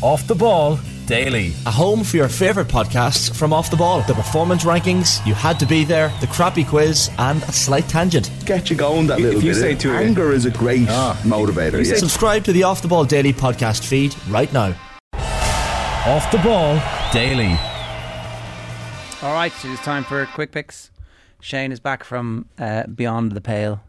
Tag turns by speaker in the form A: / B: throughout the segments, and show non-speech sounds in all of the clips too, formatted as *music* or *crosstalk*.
A: Off the Ball Daily.
B: A home for your favourite podcasts from Off the Ball. The performance rankings, you had to be there, the crappy quiz, and a slight tangent.
C: Get you going that little
D: If you
C: bit.
D: say to it-
C: Anger is a great
D: Ah.
C: motivator. yeah.
B: Subscribe to the Off the Ball Daily podcast feed right now.
A: Off the Ball Daily.
E: All right, it is time for quick picks. Shane is back from uh, beyond the pale,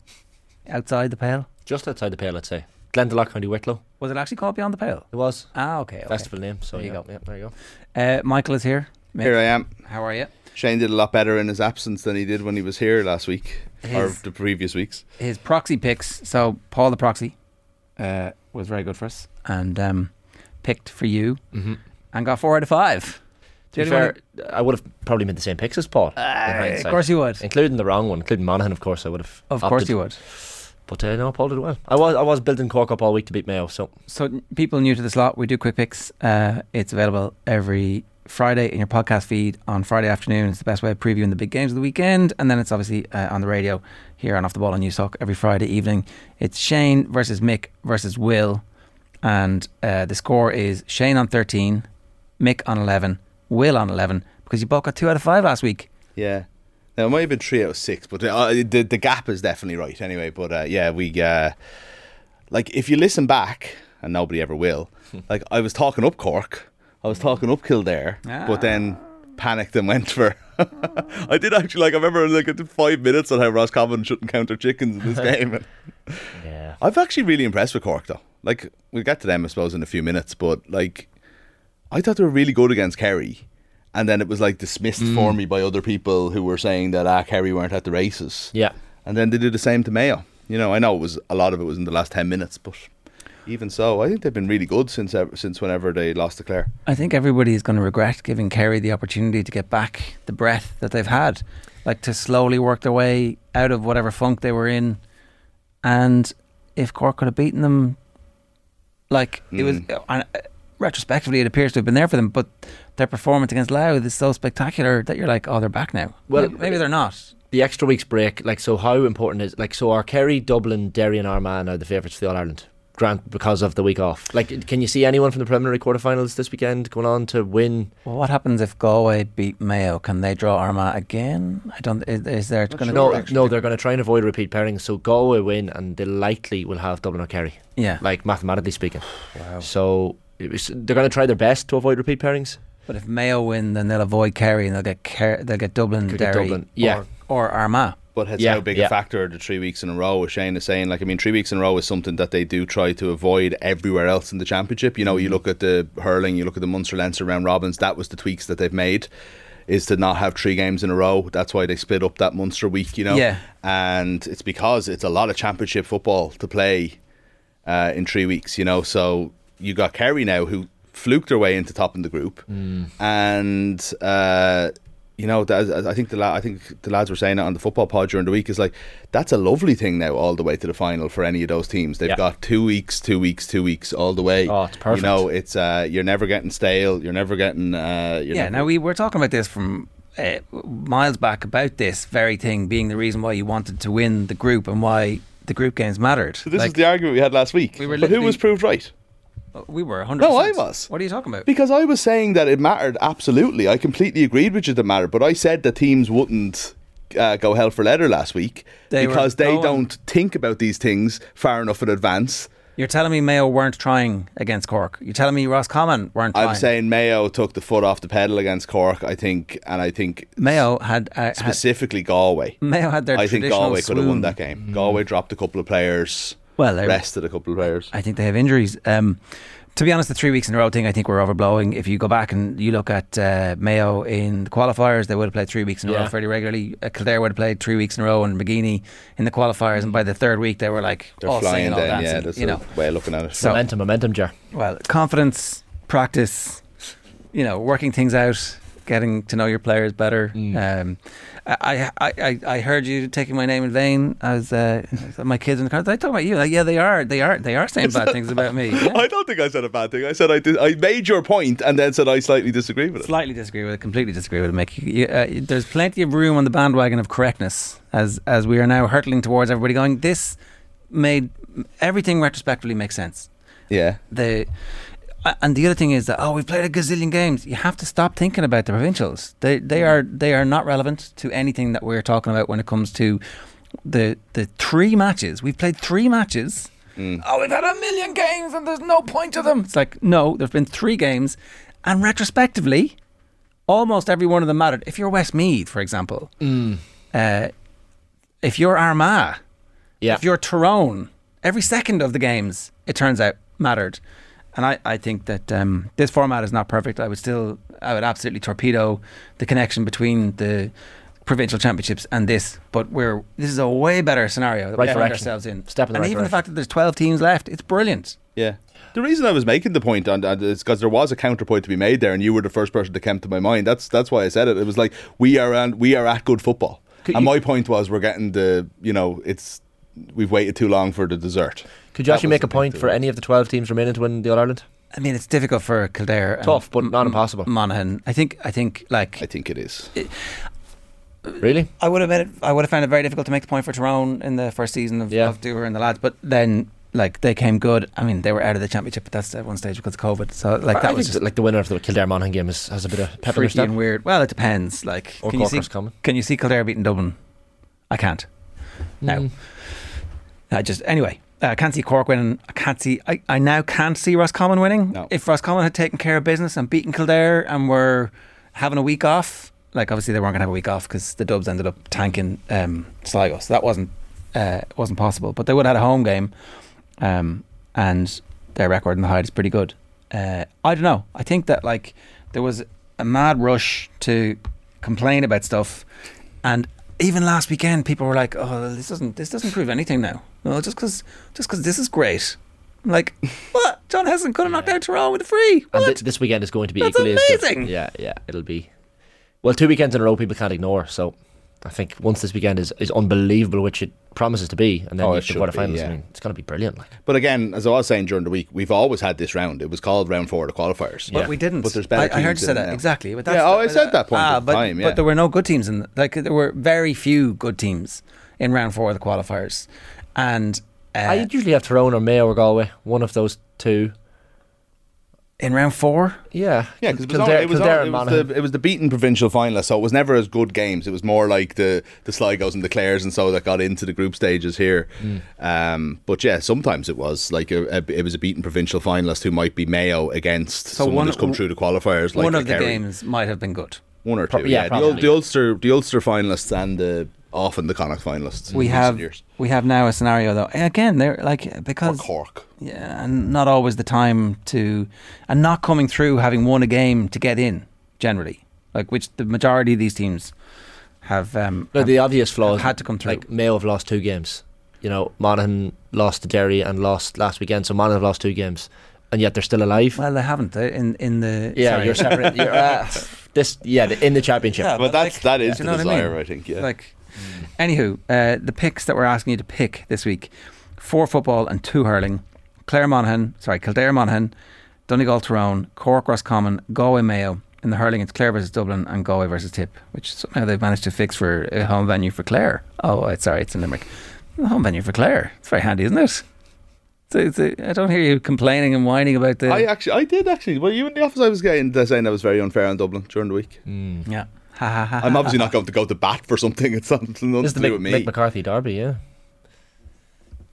E: outside the pale.
F: Just outside the pale, I'd say. Glendalough, County Wicklow.
E: Was it actually called Beyond the Pale?
F: It was.
E: Ah, okay. okay.
F: Festival name. So
E: There you
F: yeah,
E: go.
F: yeah, there you go.
E: Uh, Michael is here. Mick,
D: Here I am.
E: How are you?
D: Shane did a lot better in his absence than he did when he was here last week or
E: His-
D: the previous weeks.
E: His proxy picks. So Paul the proxy uh, was very good for us and um, picked for you
F: Mm-hmm.
E: and got four out of five.
F: To be
E: anyone-
F: fair, I would have probably made the same picks as Paul.
E: Uh,
F: in
E: of
F: hindsight.
E: course you would.
F: Including the wrong one, including Monaghan, of course, I would have.
E: Of course you would.
F: But uh, no, Paul did well. I was I was building Cork up all week to beat Mayo, so
E: So, n- people new to the slot, we do quick picks. Uh, it's available every Friday in your podcast feed on Friday afternoon. It's the best way of previewing the big games of the weekend. And then it's obviously uh, on the radio here on Off the Ball on Newstalk every Friday evening. It's Shane versus Mick versus Will. And uh, the score is Shane on 13, Mick on 11, Will on 11, because you both got two out of five last week.
D: Yeah. Now it might have been three out of six, but uh, the the gap is definitely right anyway. But uh, yeah, we uh, like if you listen back, and nobody
C: *laughs*
D: ever will. like I was talking up Cork, I was talking up Kildare,
E: Ah.
D: but then panicked and went for. *laughs* I did actually like I remember like I did five minutes on how Roscommon shouldn't counter
C: *laughs*
D: chickens in this game.
F: yeah.
D: I've actually really impressed with Cork though. Like we'll get to them I suppose in a few minutes, but like I thought they were really good against Kerry. And then it was like dismissed for me by other people who were saying that ah Kerry weren't at the races.
F: Yeah.
D: And then they did the same to Mayo. You know, I know it was a lot of it was in the last ten minutes, but even so, I think they've been really good since ever, since whenever they lost to Clare.
E: I think everybody is going to regret giving Kerry the opportunity to get back the breath that they've had, like to slowly work their way out of whatever funk they were in. And if Cork could have beaten them, like it was,
F: Hmm.
E: and uh, retrospectively, it appears to have been there for them. But their performance against Louth is so spectacular that you're like, oh, they're back now.
F: Well, uh,
E: Well, maybe they're not.
F: The extra week's break, like so how important is like so are Kerry, Dublin, Derry and Armagh now the favourites for the All Ireland? Grant because of the week off. Like can you see anyone from the preliminary quarterfinals this weekend going on to win
E: Well, what happens if Galway beat Mayo? Can they draw Armagh again? I don't. Is, is there going to
F: No, no, they're going to try and avoid repeat pairings. So Galway win, and they likely will have Dublin or Kerry,
E: Yeah,
F: like mathematically speaking. wow. So it was, they're going to try their best to avoid repeat pairings.
E: But if Mayo win, then they'll avoid Kerry and they'll get Ker- they'll get Dublin,
F: Could get
E: Derry,
F: Dublin, yeah.
E: or, or Armagh.
D: But it's
F: Yeah,
D: how big
F: yeah.
D: a factor the three weeks in a row, as Shane is saying. Like, I mean, three weeks in a row is something that they do try to avoid everywhere else in the championship. You know,
F: Mm-hmm.
D: you look at the hurling, you look at the Munster Leinster round robins. That was the tweaks that they've made, is to not have three games in a row. That's why they split up that Munster week. You know,
E: Yeah.
D: and it's because it's a lot of championship football to play uh, in three weeks. You know, so you got Kerry now who fluked their way into top in the group,
E: Mm.
D: and uh, you know, that, I think the la- I think the lads were saying it on the football pod during the week is like that's a lovely thing now all the way to the final for any of those teams. They've
F: Yeah.
D: got two weeks, two weeks, two weeks all the way.
F: Oh, it's perfect.
D: You know, it's uh, you're never getting stale. You're never getting. Uh, you're
E: Yeah.
D: never-
E: Now we were talking about this from uh, miles back about this very thing being the reason why you wanted to win the group and why the group games mattered.
D: So this
E: Like,
D: is the argument we had last week.
E: We were
D: but who
E: literally-
D: was proved right?
E: we were 100.
D: No, I was.
E: What are you talking about?
D: Because I was saying that it mattered, absolutely. I completely agreed with you that mattered, but I said the teams wouldn't uh, go hell for leather last week
E: They were
D: because they
E: going-
D: don't think about these things far enough in advance.
E: You're telling me Mayo weren't trying against Cork. You're telling me Roscommon weren't trying.
D: I'm saying Mayo took the foot off the pedal against Cork, I think, and I think
E: Mayo had, uh, had
D: specifically Galway.
E: Mayo had their
D: I think
E: traditional
D: Galway could have won
E: swoon.
D: that game. Galway dropped a couple of players,
E: Well, they-
D: rested a couple of players.
E: I think they have injuries. Um, to be honest, the three weeks in a row thing, I think we're overblowing. If you go back and you look at uh, Mayo in the qualifiers, they would have played three weeks in a row
F: Yeah.
E: fairly regularly. Uh, Kildare would have played three weeks in a row, and McGeaney in the qualifiers. And by the third week, they were like
D: They're
E: all
D: flying
E: singing, all
D: down, yeah.
E: dancing.
D: That's
E: you know,
D: a way of looking at it.
E: so
F: Momentum, momentum, Jar.
E: well, confidence, practice, you know, working things out, getting to know your players better.
D: Mm.
E: Um, I, I, I, I heard you taking my name in vain as uh, my kids in the car. They talking about you. Like, yeah, they are. They are. They are saying bad things
D: *laughs*
E: about me. Yeah.
D: I don't think I said a bad thing. I said I did, I made your point and then said I slightly disagree with it.
E: Slightly disagree with it. Completely disagree with it, Mick. You- you, uh, there's plenty of room on the bandwagon of correctness as as we are now hurtling towards everybody going. This made everything retrospectively make sense.
D: Yeah.
E: The A- And the other thing is that oh, we've played a gazillion games. You have to stop thinking about the provincials. They they are they are not relevant to anything that we're talking about when it comes to the the three matches we've played. Three matches. Oh, we've had a million games, and there's no point to them. It's like no, there've been three games, and retrospectively, almost every one of them mattered. If you're Westmeath, for example,
F: Mm.
E: uh, if you're Armagh,
F: Yeah.
E: if you're Tyrone, every second of the games, it turns out, mattered. And I, I think that um, this format is not perfect. I would still, I would absolutely torpedo the connection between the provincial championships and this. But we're this is a way better scenario that
F: Right
E: we find
F: direction.
E: ourselves in.
F: Step in the
E: and
F: right
E: even the
F: direction.
E: fact that there's 12 teams left, it's brilliant.
D: Yeah. The reason I was making the point on that is because there was a counterpoint to be made there, and you were the first person that came to my mind. That's that's why I said it. It was like we are on, we are at good football,
F: Could
D: and
F: you-
D: my point was we're getting the you know it's we've waited too long for the dessert.
F: Could you
D: That
F: actually
D: was
F: make
D: the
F: a
D: big
F: point
D: thing.
F: for any of the 12 teams remaining to win the All Ireland?
E: I mean, it's difficult for Kildare. and
F: Tough, but
E: M-
F: not
E: M-
F: impossible.
E: Monaghan, I think, I think, like
D: I think it is.
F: Really?
E: I would have made it, I would have found it very difficult to make the point for Tyrone in the first season of,
F: Yeah.
E: of Doer and the lads, but then like they came good. I mean, they were out of the championship, but that's at one stage because of COVID. So like that
F: I
E: was
F: think
E: just
F: that, like the winner of the Kildare Monaghan game is, has a bit of pep in their
E: freaky
F: step.
E: and weird. Well, it depends. Like,
F: Or
E: can you see
F: Corkers coming.
E: can you see Kildare beating Dublin? I can't. No.
F: Mm.
E: I just anyway. uh, I can't see Cork winning. I can't see. I, I now can't see Roscommon winning.
D: No.
E: If Roscommon had taken care of business and beaten Kildare and were having a week off, like obviously they weren't going to have a week off because the Dubs ended up tanking um, Sligo, so that wasn't uh, wasn't possible. But they would have had a home game, um, and their record in the hide is pretty good. Uh, I don't know. I think that like there was a mad rush to complain about stuff, and even last weekend people were like, "Oh, this doesn't this doesn't prove anything now." No, just because just 'cause this is great.
D: *laughs*
E: I'm like, what? John Hessen could have knocked out Tyrone with a free.
F: And
E: What?
F: th- this weekend is going to be
E: That's
F: equally as
E: amazing.
F: good. Yeah, yeah, it'll be. Well, two weekends in a row people can't ignore. So I think once this weekend is, is unbelievable, which it promises to be, and then
D: Oh,
F: you
D: it
F: have the
D: should be,
F: quarterfinals,
D: yeah.
F: I mean, it's going to be brilliant. Like.
D: But again, as I was saying during the week, we've always had this round. It was called round four of the qualifiers.
E: But we didn't.
D: But there's better
E: I, I heard
D: teams
E: you say
D: in it
E: that
D: now.
E: exactly. But
D: Yeah,
E: that's ah,
D: oh, I said that point at the
E: but,
D: time, yeah.
E: But there were no good teams in like there were very few good teams in round four of the qualifiers, and
F: I
E: uh,
F: usually have Tyrone or Mayo or Galway, one of those two.
E: in round four,
F: Yeah,
D: Yeah, because it was, all- it, was all-
F: Kildare
D: it
F: and
D: was
F: Monaghan.
D: the, it was the beaten provincial finalists, so it was never as good games. It was more like the the Sligos and the Clares and so that got into the group stages here. Um, but yeah, sometimes it was like a, a, it was a beaten provincial finalist who might be Mayo against someone
E: one-
D: who's come through the qualifiers. Like
E: one
D: a
E: of the
D: Kerry.
E: games might have been
F: Mm,
E: good.
D: one or two.
F: Pro-
D: yeah,
F: yeah,
D: the, Ul-
F: probably.
D: the Ulster the Ulster finalists and the often the Connacht finalists. in
E: We
D: recent
E: have
D: years.
E: we have now a scenario though. And Again, they're like
D: or
E: because
D: Cork.
E: yeah, and not always the time to, and not coming through having won a game to get in generally, like which the majority of these teams have. Um,
F: No,
E: have-
F: the obvious flaws
E: had to come through.
F: Like Mayo have lost two games. You know, Monaghan lost to Derry and lost last weekend, so Monaghan have lost two games, and yet they're still alive.
E: well, they haven't They're in in the
F: yeah,
E: sorry. *laughs*
F: you're separate. You're, *laughs* uh, this, yeah, the, in the championship.
E: Yeah,
D: But that's
E: like-
D: that is the
E: Do you know what I
D: desire, I,
E: mean?
D: think. Yeah,
E: Like, anywho, uh, the picks that we're asking you to pick this week: four football and two hurling. Clare Monaghan, sorry, Kildare Monaghan, Donegal Tyrone, Cork Roscommon, Galway Mayo. In the hurling, it's Clare versus Dublin and Galway versus Tip, which somehow they've managed to fix for a home venue for Clare. Oh, it's- sorry, it's in Limerick. A home venue for Clare. It's very handy, isn't it? It's a- it's a- I don't hear you complaining and whining about the.
D: I uh, actually I did actually. Were you in the office? I was getting saying that was very unfair in Dublin during the week.
E: yeah. Ha ha ha.
D: I'm obviously not going to go to bat for something. *laughs* It's something nothing
F: this
D: to
F: is the
D: do
F: Mick,
D: with me.
F: Mick McCarthy derby. Yeah,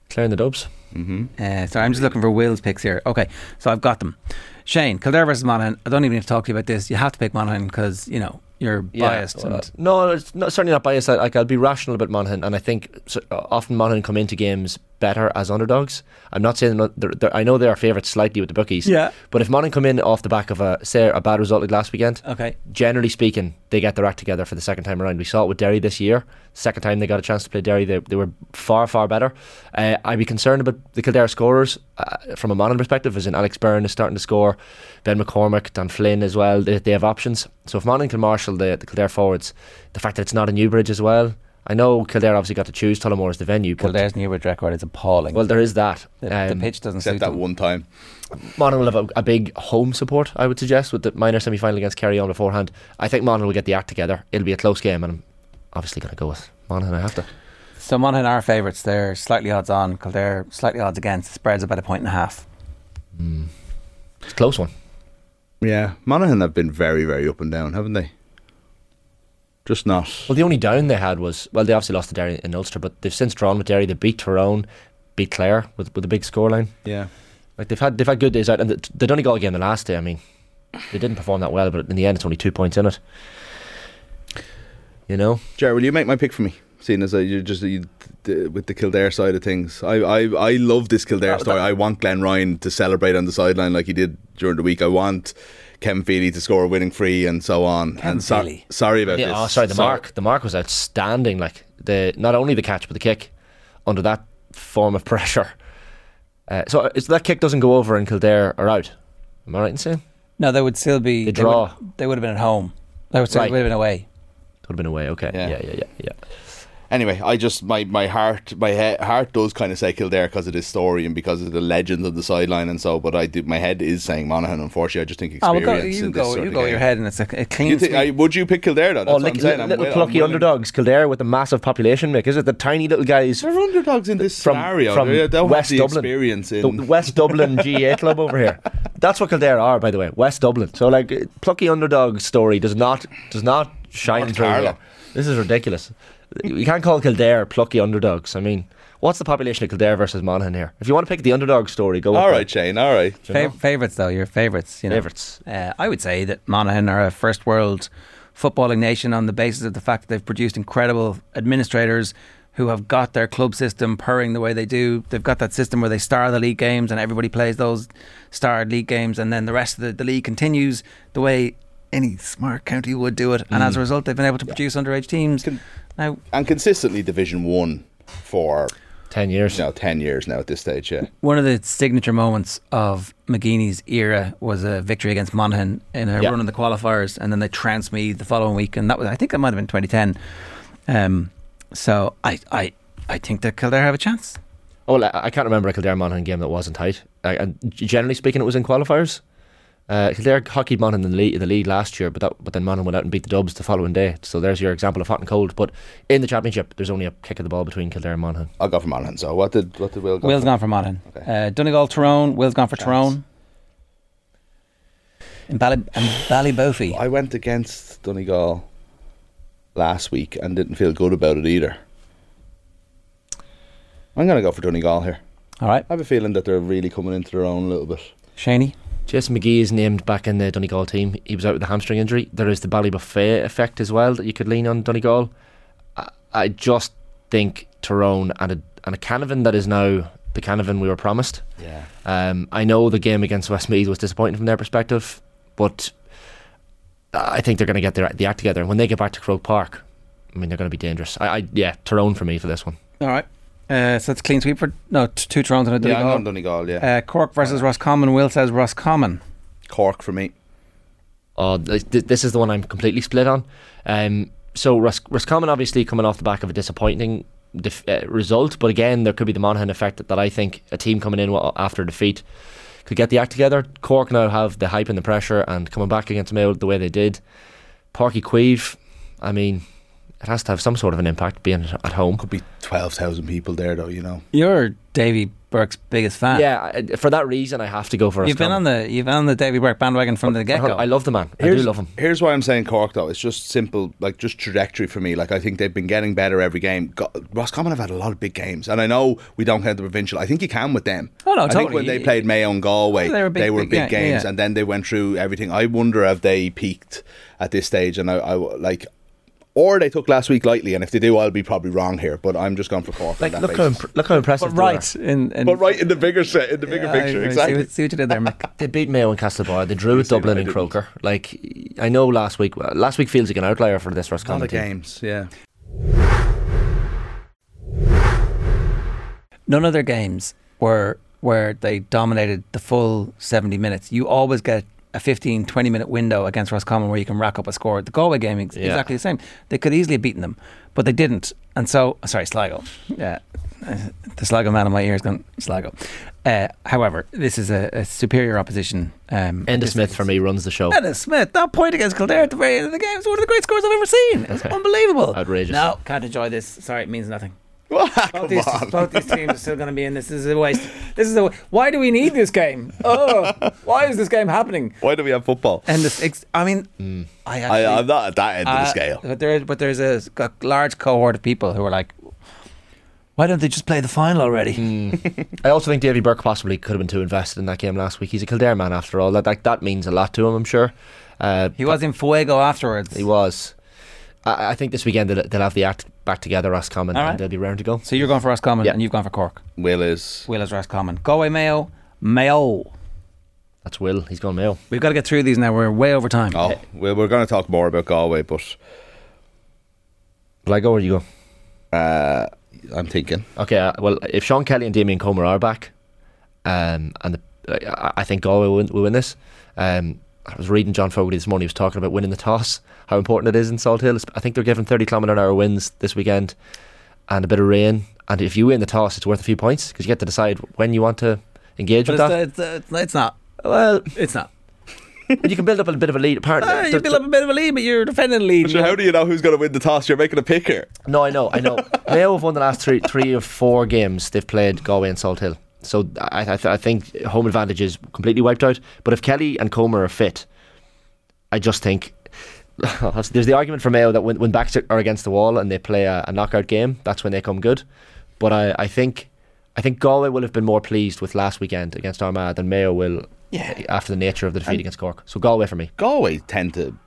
F: clearing the dubs.
E: Uh, sorry, I'm just looking for Will's picks here. Okay, so I've got them. Shane, Kildare versus Monaghan. I don't even have to talk to you about this. You have to pick Monaghan because you know you're biased.
F: well,
E: and
F: Uh, no, it's not, certainly not biased. I, like I'll be rational about Monaghan, and I think so, uh, often Monaghan come into games better as underdogs. I'm not saying they're not, they're, they're, I know they are favourites slightly with the bookies.
E: Yeah.
F: But if Monaghan come in off the back of a say a bad result like last weekend,
E: okay,
F: generally speaking, they get their act together for the second time around. We saw it with Derry this year. Second time they got a chance to play Derry, they, they were far, far better. Uh, I'd be concerned about the Kildare scorers uh, from a Monaghan perspective, as in Alex Byrne is starting to score, Ben McCormick, Dan Flynn as well. They, they have options. So if Monaghan can marshal the, the Kildare forwards, the fact that it's not a Newbridge as well. I know Kildare obviously got to choose Tullamore as the venue, but
E: Kildare's Newbridge record is appalling.
F: well, there is that.
E: the, the
F: Um,
E: pitch doesn't
D: Except
E: suit
D: that
E: them.
D: one time.
F: Monaghan will have a, a big home support, I would suggest, with the minor semi final against Kerry on beforehand. I think Monaghan will get the act together. It'll be a close game, and I'm obviously going to go with Monaghan. I have to.
E: So Monaghan are favourites. They're slightly odds on. Kildare slightly odds against. The spread's about a point and a half.
F: It's a close one.
D: Yeah, Monaghan have been very, very up and down, haven't they? Just not.
F: Well, the only down they had was well, they obviously lost to Derry in Ulster, but they've since drawn with Derry. They beat Tyrone, beat Clare with with a big scoreline.
D: Yeah.
F: Like they've had they've had good days out, and th- they'd only got a game the last day. I mean, they didn't perform that well, but in the end, it's only two points in it. You know,
D: Jared, will you make my pick for me? Seeing as I, you're just you, the, with the Kildare side of things, I I, I love this Kildare story. I want Glenn Ryan to celebrate on the sideline like he did during the week. I want Kevin Feely to score a winning free and so on. and so-
E: Feely.
D: sorry about this.
F: yeah, oh, sorry, the mark the mark was outstanding. Like the not only the catch but the kick under that form of *laughs* pressure. Uh, so is that kick doesn't go over and Kildare are out. Am I right in saying?
E: No, they would still be.
F: They
E: They
F: draw.
E: would, they would have been at home. They would, sorry,
F: Right.
E: would have been away.
F: Would have been away. Okay.
D: Yeah.
F: Yeah. Yeah. Yeah. Yeah.
D: Anyway, I just my my heart my he- heart does kind of say Kildare because of this story and because of the legends of the sideline and so. But I do my head is saying Monaghan. Unfortunately, I just think
E: Oh,
D: experience.
E: well, go,
D: in
E: you
D: this
E: go,
D: sort
E: you
D: of
E: go
D: game.
E: your head, and it's a, a clean
D: You think,
E: sweep.
D: I, would you pick Kildare though? That's
F: Oh,
D: what
F: lick,
D: I'm saying. I'm
F: little
D: wi- I'm
F: plucky
D: willing-
F: underdogs, Kildare with the massive population make. Is it the tiny little guys
D: They're underdogs in this
F: from
D: scenario.
F: from
D: they don't have
F: West
D: the
F: Dublin.
D: experience in.
F: The
D: *laughs*
F: West Dublin GA club over here. That's what Kildare are, by the way. West Dublin. So like uh, plucky underdog story does not does not shine
D: North
F: through
D: Carlow.
F: here. This is ridiculous. You can't call Kildare plucky underdogs. I mean, what's the population of Kildare versus Monaghan here? If you want to pick the underdog story, go.
D: all right, Shane. All right.
E: Fav- favorites, though, your favorites. You know.
F: Favourites.
E: Uh, I would say that Monaghan are a first world footballing nation on the basis of the fact that they've produced incredible administrators who have got their club system purring the way they do. They've got that system where they star the league games and everybody plays those starred league games, and then the rest of the, the league continues the way any smart county would do it. And as a result, they've been able to produce underage teams. now,
D: and consistently Division One for
F: Ten years.
D: you know ten years now at this stage. Yeah,
E: One of the signature moments of McGeaney's era was a victory against Monaghan in a
F: Yeah.
E: run in the qualifiers, and then they trounced me the following week, and that was I think that might have been 2010. Um, so I, I I think that Kildare have a chance.
F: Oh, well, I, I can't remember a Kildare Monaghan game that wasn't tight. I, and g- generally speaking, it was in qualifiers. Uh, Kildare hockeyed Monaghan in the league, the league last year, but that, but then Monaghan went out and beat the Dubs the following day. So there's your example of hot and cold. But in the championship, there's only a kick of the ball between Kildare and Monaghan.
D: I'll go for Monaghan. So what did what did Will go?
E: Will's
D: for?
E: gone for Monaghan. Uh, Donegal, Tyrone. Will's gone for Tyrone. In Bally and Ballybofey.
D: I went against Donegal last week and didn't feel good about it either. I'm going to go for Donegal here.
E: All right,
D: I have a feeling that they're really coming into their own a little bit.
E: Shaney.
F: Jason McGee is named back in the Donegal team. He was out with a hamstring injury. There is the Ballybuffet effect as well that you could lean on Donegal. I, I just think Tyrone and a, and a Canavan that is now the Canavan we were promised.
D: Yeah.
F: Um, I know the game against Westmeath was disappointing from their perspective, but I think they're going to get their the act together. And when they get back to Croke Park, I mean, they're going to be dangerous. I, I yeah, Tyrone for me for this one.
E: All right. Uh, so it's clean sweep for no t- two Tyrones and a
D: Yeah, I'm
E: Donegal.
D: going Donegal, Eh. yeah.
E: uh, Cork versus Roscommon. Will says Roscommon.
D: Cork for me.
F: Oh, th- th- this is the one I'm completely split on. Um, so Ros- Roscommon obviously coming off the back of a disappointing def- uh, result, but again there could be the Monaghan effect that, that I think a team coming in wa- after a defeat could get the act together. Cork now have the hype and the pressure, and coming back against Mayo the way they did, Parky Queeve, I mean, it has to have some sort of an impact being at at home.
D: Could be 12,000 people there, though, you know.
E: You're Davy Burke's biggest fan.
F: Yeah, I- for that reason I have to go for.
E: You've been on
F: Roscommon.
E: the you've been on the Davy Burke bandwagon from the get go.
F: I love the man. I do love him.
D: Here's why I'm saying Cork though. It's just simple, like just trajectory for me. Like I think they've been getting better every game. Go- Roscommon have had a lot of big games, and I know we don't have the provincial. I think you can with them.
E: Oh, no,
D: I think
E: totally.
D: when they played Mayo and Galway,
E: They
D: they
E: were
D: were big,
E: big- big- yeah,
D: games,
E: yeah.
D: and then they went through everything. I wonder if they peaked at this stage, and I, I w- like. Or they took last week lightly, and if they do, I'll be probably wrong here. But I'm just going for Cork. on
F: Like
D: that
F: look how
D: basis.
F: imp- look how
E: but
F: impressive. they were.
E: right, in, in
D: but right in the bigger set, in the bigger
E: Yeah,
D: picture,
E: I- I See
D: exactly.
E: what, see what you did there, Mick.
F: *laughs* They beat Mayo and Castlebar. They drew with
D: Obviously,
F: Dublin
D: I
F: and
D: didn't.
F: Croker. Like I know last week, last week feels like an outlier for this
D: A lot
F: Roscommon
D: of
F: team.
D: games, yeah.
E: None of their games were where they dominated the full seventy minutes. You always get a 15, 20 minute window against Roscommon where you can rack up a score. The Galway game is
F: Yeah.
E: exactly the same. They could easily have beaten them, but they didn't. And so, sorry, Sligo. Yeah, Uh, the Sligo man in my ear is going Sligo. Uh, however, this is a, a superior opposition. Um,
F: Enda
E: this-
F: Smith for me runs the show.
E: Dennis Smith, that point against Kildare at
D: *laughs*
E: the very end of the game is one of the great scores I've ever seen. It's unbelievable.
F: Outrageous.
E: No, can't enjoy this. Sorry, it means nothing. both, these, both these teams are still going to be in this. This is a waste. This is a. Why do we need this game? Oh, why is this game happening?
D: Why do we have football?
E: And this, ex- I mean, I actually,
D: Mm. I, I'm not at that end of the
E: uh,
D: scale.
E: But there, but there's a, a large cohort of people who are like, why don't they just play the final already?
D: Mm.
F: I also think Davy Burke possibly could have been too invested in that game last week. He's a Kildare man after all. That that, that means a lot to him, I'm sure. Uh,
E: He was in Fuego afterwards.
F: he was. I, I think this weekend they'll, they'll have the act back together, Roscommon,
E: All right.
F: and they'll be round to go.
E: So you're going for Roscommon
D: Yeah.
E: and you've gone for Cork.
D: Will is
E: Will is Roscommon. Galway Mayo, Mayo.
F: That's Will. He's gone Mayo.
E: We've got to get through these now. We're way over time.
D: oh, well, we're going to talk more about Galway, but
F: Will I go or you go?
D: uh, I'm thinking
F: Okay, uh, well, if Sean Kelly and Damien Comer are back, um, and the, I, I think Galway will win, will win this. Um, I was reading John Fogarty this morning. He was talking about winning the toss, how important it is in Salt Hill. I think they're given 30 kilometre an hour winds this weekend, and a bit of rain. And if you win the toss, it's worth a few points because you get to decide when you want to engage
E: but
F: with
E: it's,
F: that.
E: it's, it's, it's not.
F: well, *laughs*
E: It's not.
F: you can build up a bit of a lead. Apparently,
E: *laughs* Ah, you
F: There-
E: build up a bit of a lead, but you're defending the lead.
D: how do you know who's going to win the toss? You're making a pick here.
F: No, I know, I
E: *laughs*
F: know. Mayo have won the last three, three or four games they've played Galway and Salt Hill. So I, I, th- I think home advantage is completely wiped out. But if Kelly and Comer are fit, I just think *laughs* there's the argument for Mayo that when, when backs are against the wall and they play a, a knockout game, that's when they come good. But I, I think I think Galway will have been more pleased with last weekend against Armagh than Mayo will
E: Yeah.
F: after the nature of the defeat against Cork. So Galway for me.
D: Galway tend to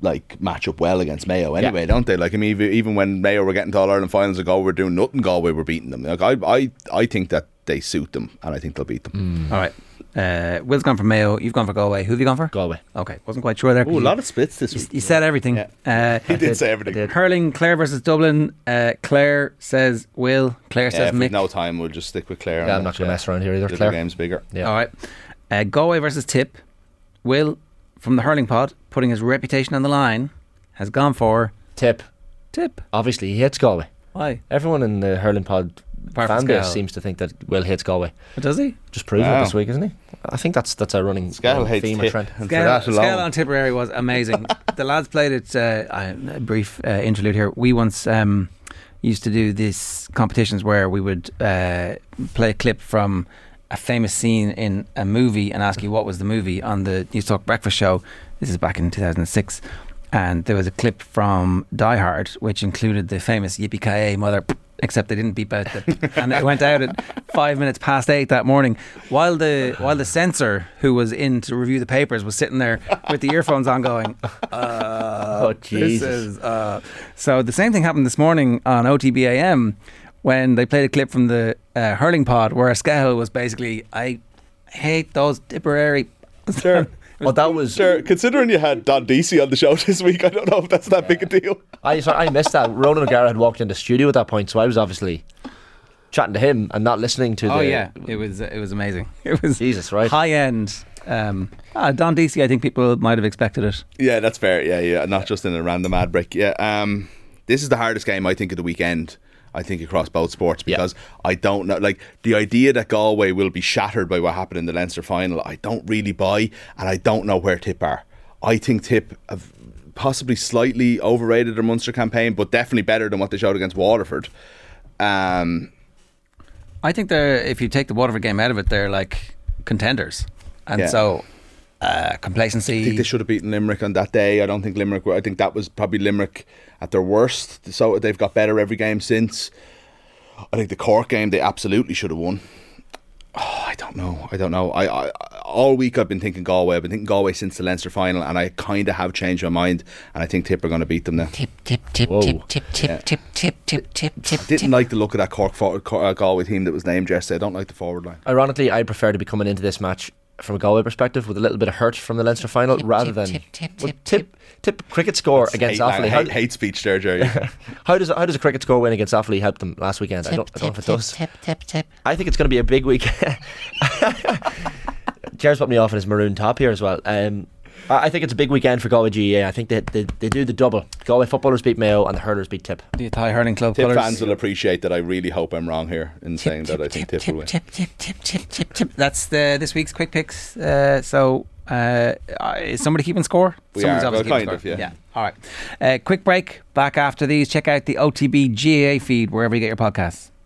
D: like match up well against Mayo anyway, don't they? Like I mean, even- even when Mayo were getting to All Ireland finals, and Galway were doing nothing. Galway were beating them. Like I, I, I think that they suit them, and I think they'll beat them.
E: All right. Uh, Will's gone for Mayo. You've gone for Galway. Who have you gone for?
F: Galway.
E: Okay. Wasn't quite sure there.
F: Mm.
E: 'cause you-
D: of splits this
E: you, you said everything. Uh,
D: *laughs* He did say everything.
F: did.
E: hurling, Clare versus Dublin. Uh, Claire says Will. Claire
D: Yeah,
E: says
D: if we've
E: Mick.
D: no time, we'll just stick with Clare.
F: Yeah, I'm not going to mess around here either.
D: The
F: Claire.
D: game's bigger.
F: Yeah.
E: All right. Uh, Galway versus Tip. Will, from the hurling pod, putting his reputation on the line, has gone for
F: Tip.
E: Tip.
F: Obviously, he hates Galway.
E: Why?
F: Everyone in the hurling pod
E: Apart from
F: fan base
E: Scal.
F: seems to think that Will hates Galway.
E: Oh, Does he?
F: Just proven
D: Wow.
F: it this week, isn't he? I think that's that's a running
D: Scale
F: uh,
D: hates
F: theme or
D: Tip,
F: trend.
D: and *laughs* for
E: Scale,
D: that alone,
E: Scale on Tipperary was
D: *laughs*
E: amazing. the lads played it. Uh, I, a brief uh, interlude here. We once um, used to do these competitions where we would uh, play a clip from a famous scene in a movie and ask you what was the movie on the News Talk Breakfast Show. This is back in 2006. And there was a clip from Die Hard, which included the famous Yippee Ki mother, except they didn't beep out the, *laughs* and it went out at five minutes past eight that morning. While the while the censor who was in to review the papers was sitting there with the earphones on, going, *laughs* uh,
F: Oh,
E: this
F: Jesus.
E: is, uh. So the same thing happened this morning on OTBAM when they played a clip from the uh, hurling pod where Scahill was basically, I hate those Tipperary.
D: Sure.
E: *laughs*
F: Well, Oh, that was
D: Sure, considering you had Don Deasy on the show *laughs* this week, I don't know if that's that big a deal.
F: I sorry, I missed that. Ronan O'Gara had walked in the studio at that point, so I was obviously chatting to him and not listening to.
E: Oh
F: the,
E: yeah, it was it was amazing. *laughs* It was
F: Jesus, right?
E: high end. Um, ah, Don DC, I think people might have expected it.
D: Yeah, that's fair. Yeah, yeah, not just in a random ad break. Yeah, um, this is the hardest game I think of the weekend. I think across both sports
F: Yeah.
D: because I don't know, like the idea that Galway will be shattered by what happened in the Leinster final. I don't really buy, and I don't know where Tip are. I think Tip have possibly slightly overrated their Munster campaign, but definitely better than what they showed against Waterford. Um,
E: I think they're if you take the Waterford game out of it, they're like contenders, and
D: Yeah.
E: so uh,
D: I think
E: complacency.
D: they should have beaten Limerick on that day. I don't think Limerick. Were, I think that was probably Limerick at their worst. So they've got better every game since. I think the Cork game they absolutely should have won. Oh, I don't know. I don't know. I, I all week I've been thinking Galway. I've been thinking Galway since the Leinster final, and I kind of have changed my mind. And I think Tip are going to beat them now.
G: tip tip tip
F: Whoa.
G: tip tip tip tip tip tip tip tip
D: Didn't like the look of that Cork for, Cor- uh, Galway team that was named yesterday. I don't like the forward line.
F: Ironically, I prefer to be coming into this match from a Galway perspective with a little bit of hurt from the Leinster final
G: Tip,
F: rather
G: tip,
F: than
G: tip, tip,
F: Well,
G: tip,
F: tip, tip cricket score against
D: hate,
F: Offaly.
D: hate,
F: How-
D: hate, speech there, *laughs* Jerry.
F: How does how does a cricket score win against Offaly help them last weekend? I don't, I don't know if it does.
G: tip tip tip
F: I think it's going to be a big week. *laughs* Jared's put me off in his maroon top here as well. Um, I I think it's a big weekend for Galway GEA. I think they, they, they do the double. Galway footballers beat Mayo and the hurlers beat Tip.
E: The Thai hurling club
D: Tip
E: colours.
D: fans will appreciate that. I really hope I'm wrong here in saying that I think Tip will win.
G: tip tip tip tip tip tip
E: That's the this week's quick picks. Uh, so Uh, uh, is somebody keeping score?
D: We
E: Somebody's
D: are.
E: obviously
D: Well,
E: keeping
D: kind
E: score.
D: of, yeah.
E: All right. Uh, quick break. Back after these. Check out the OTB GA feed wherever you get your podcasts.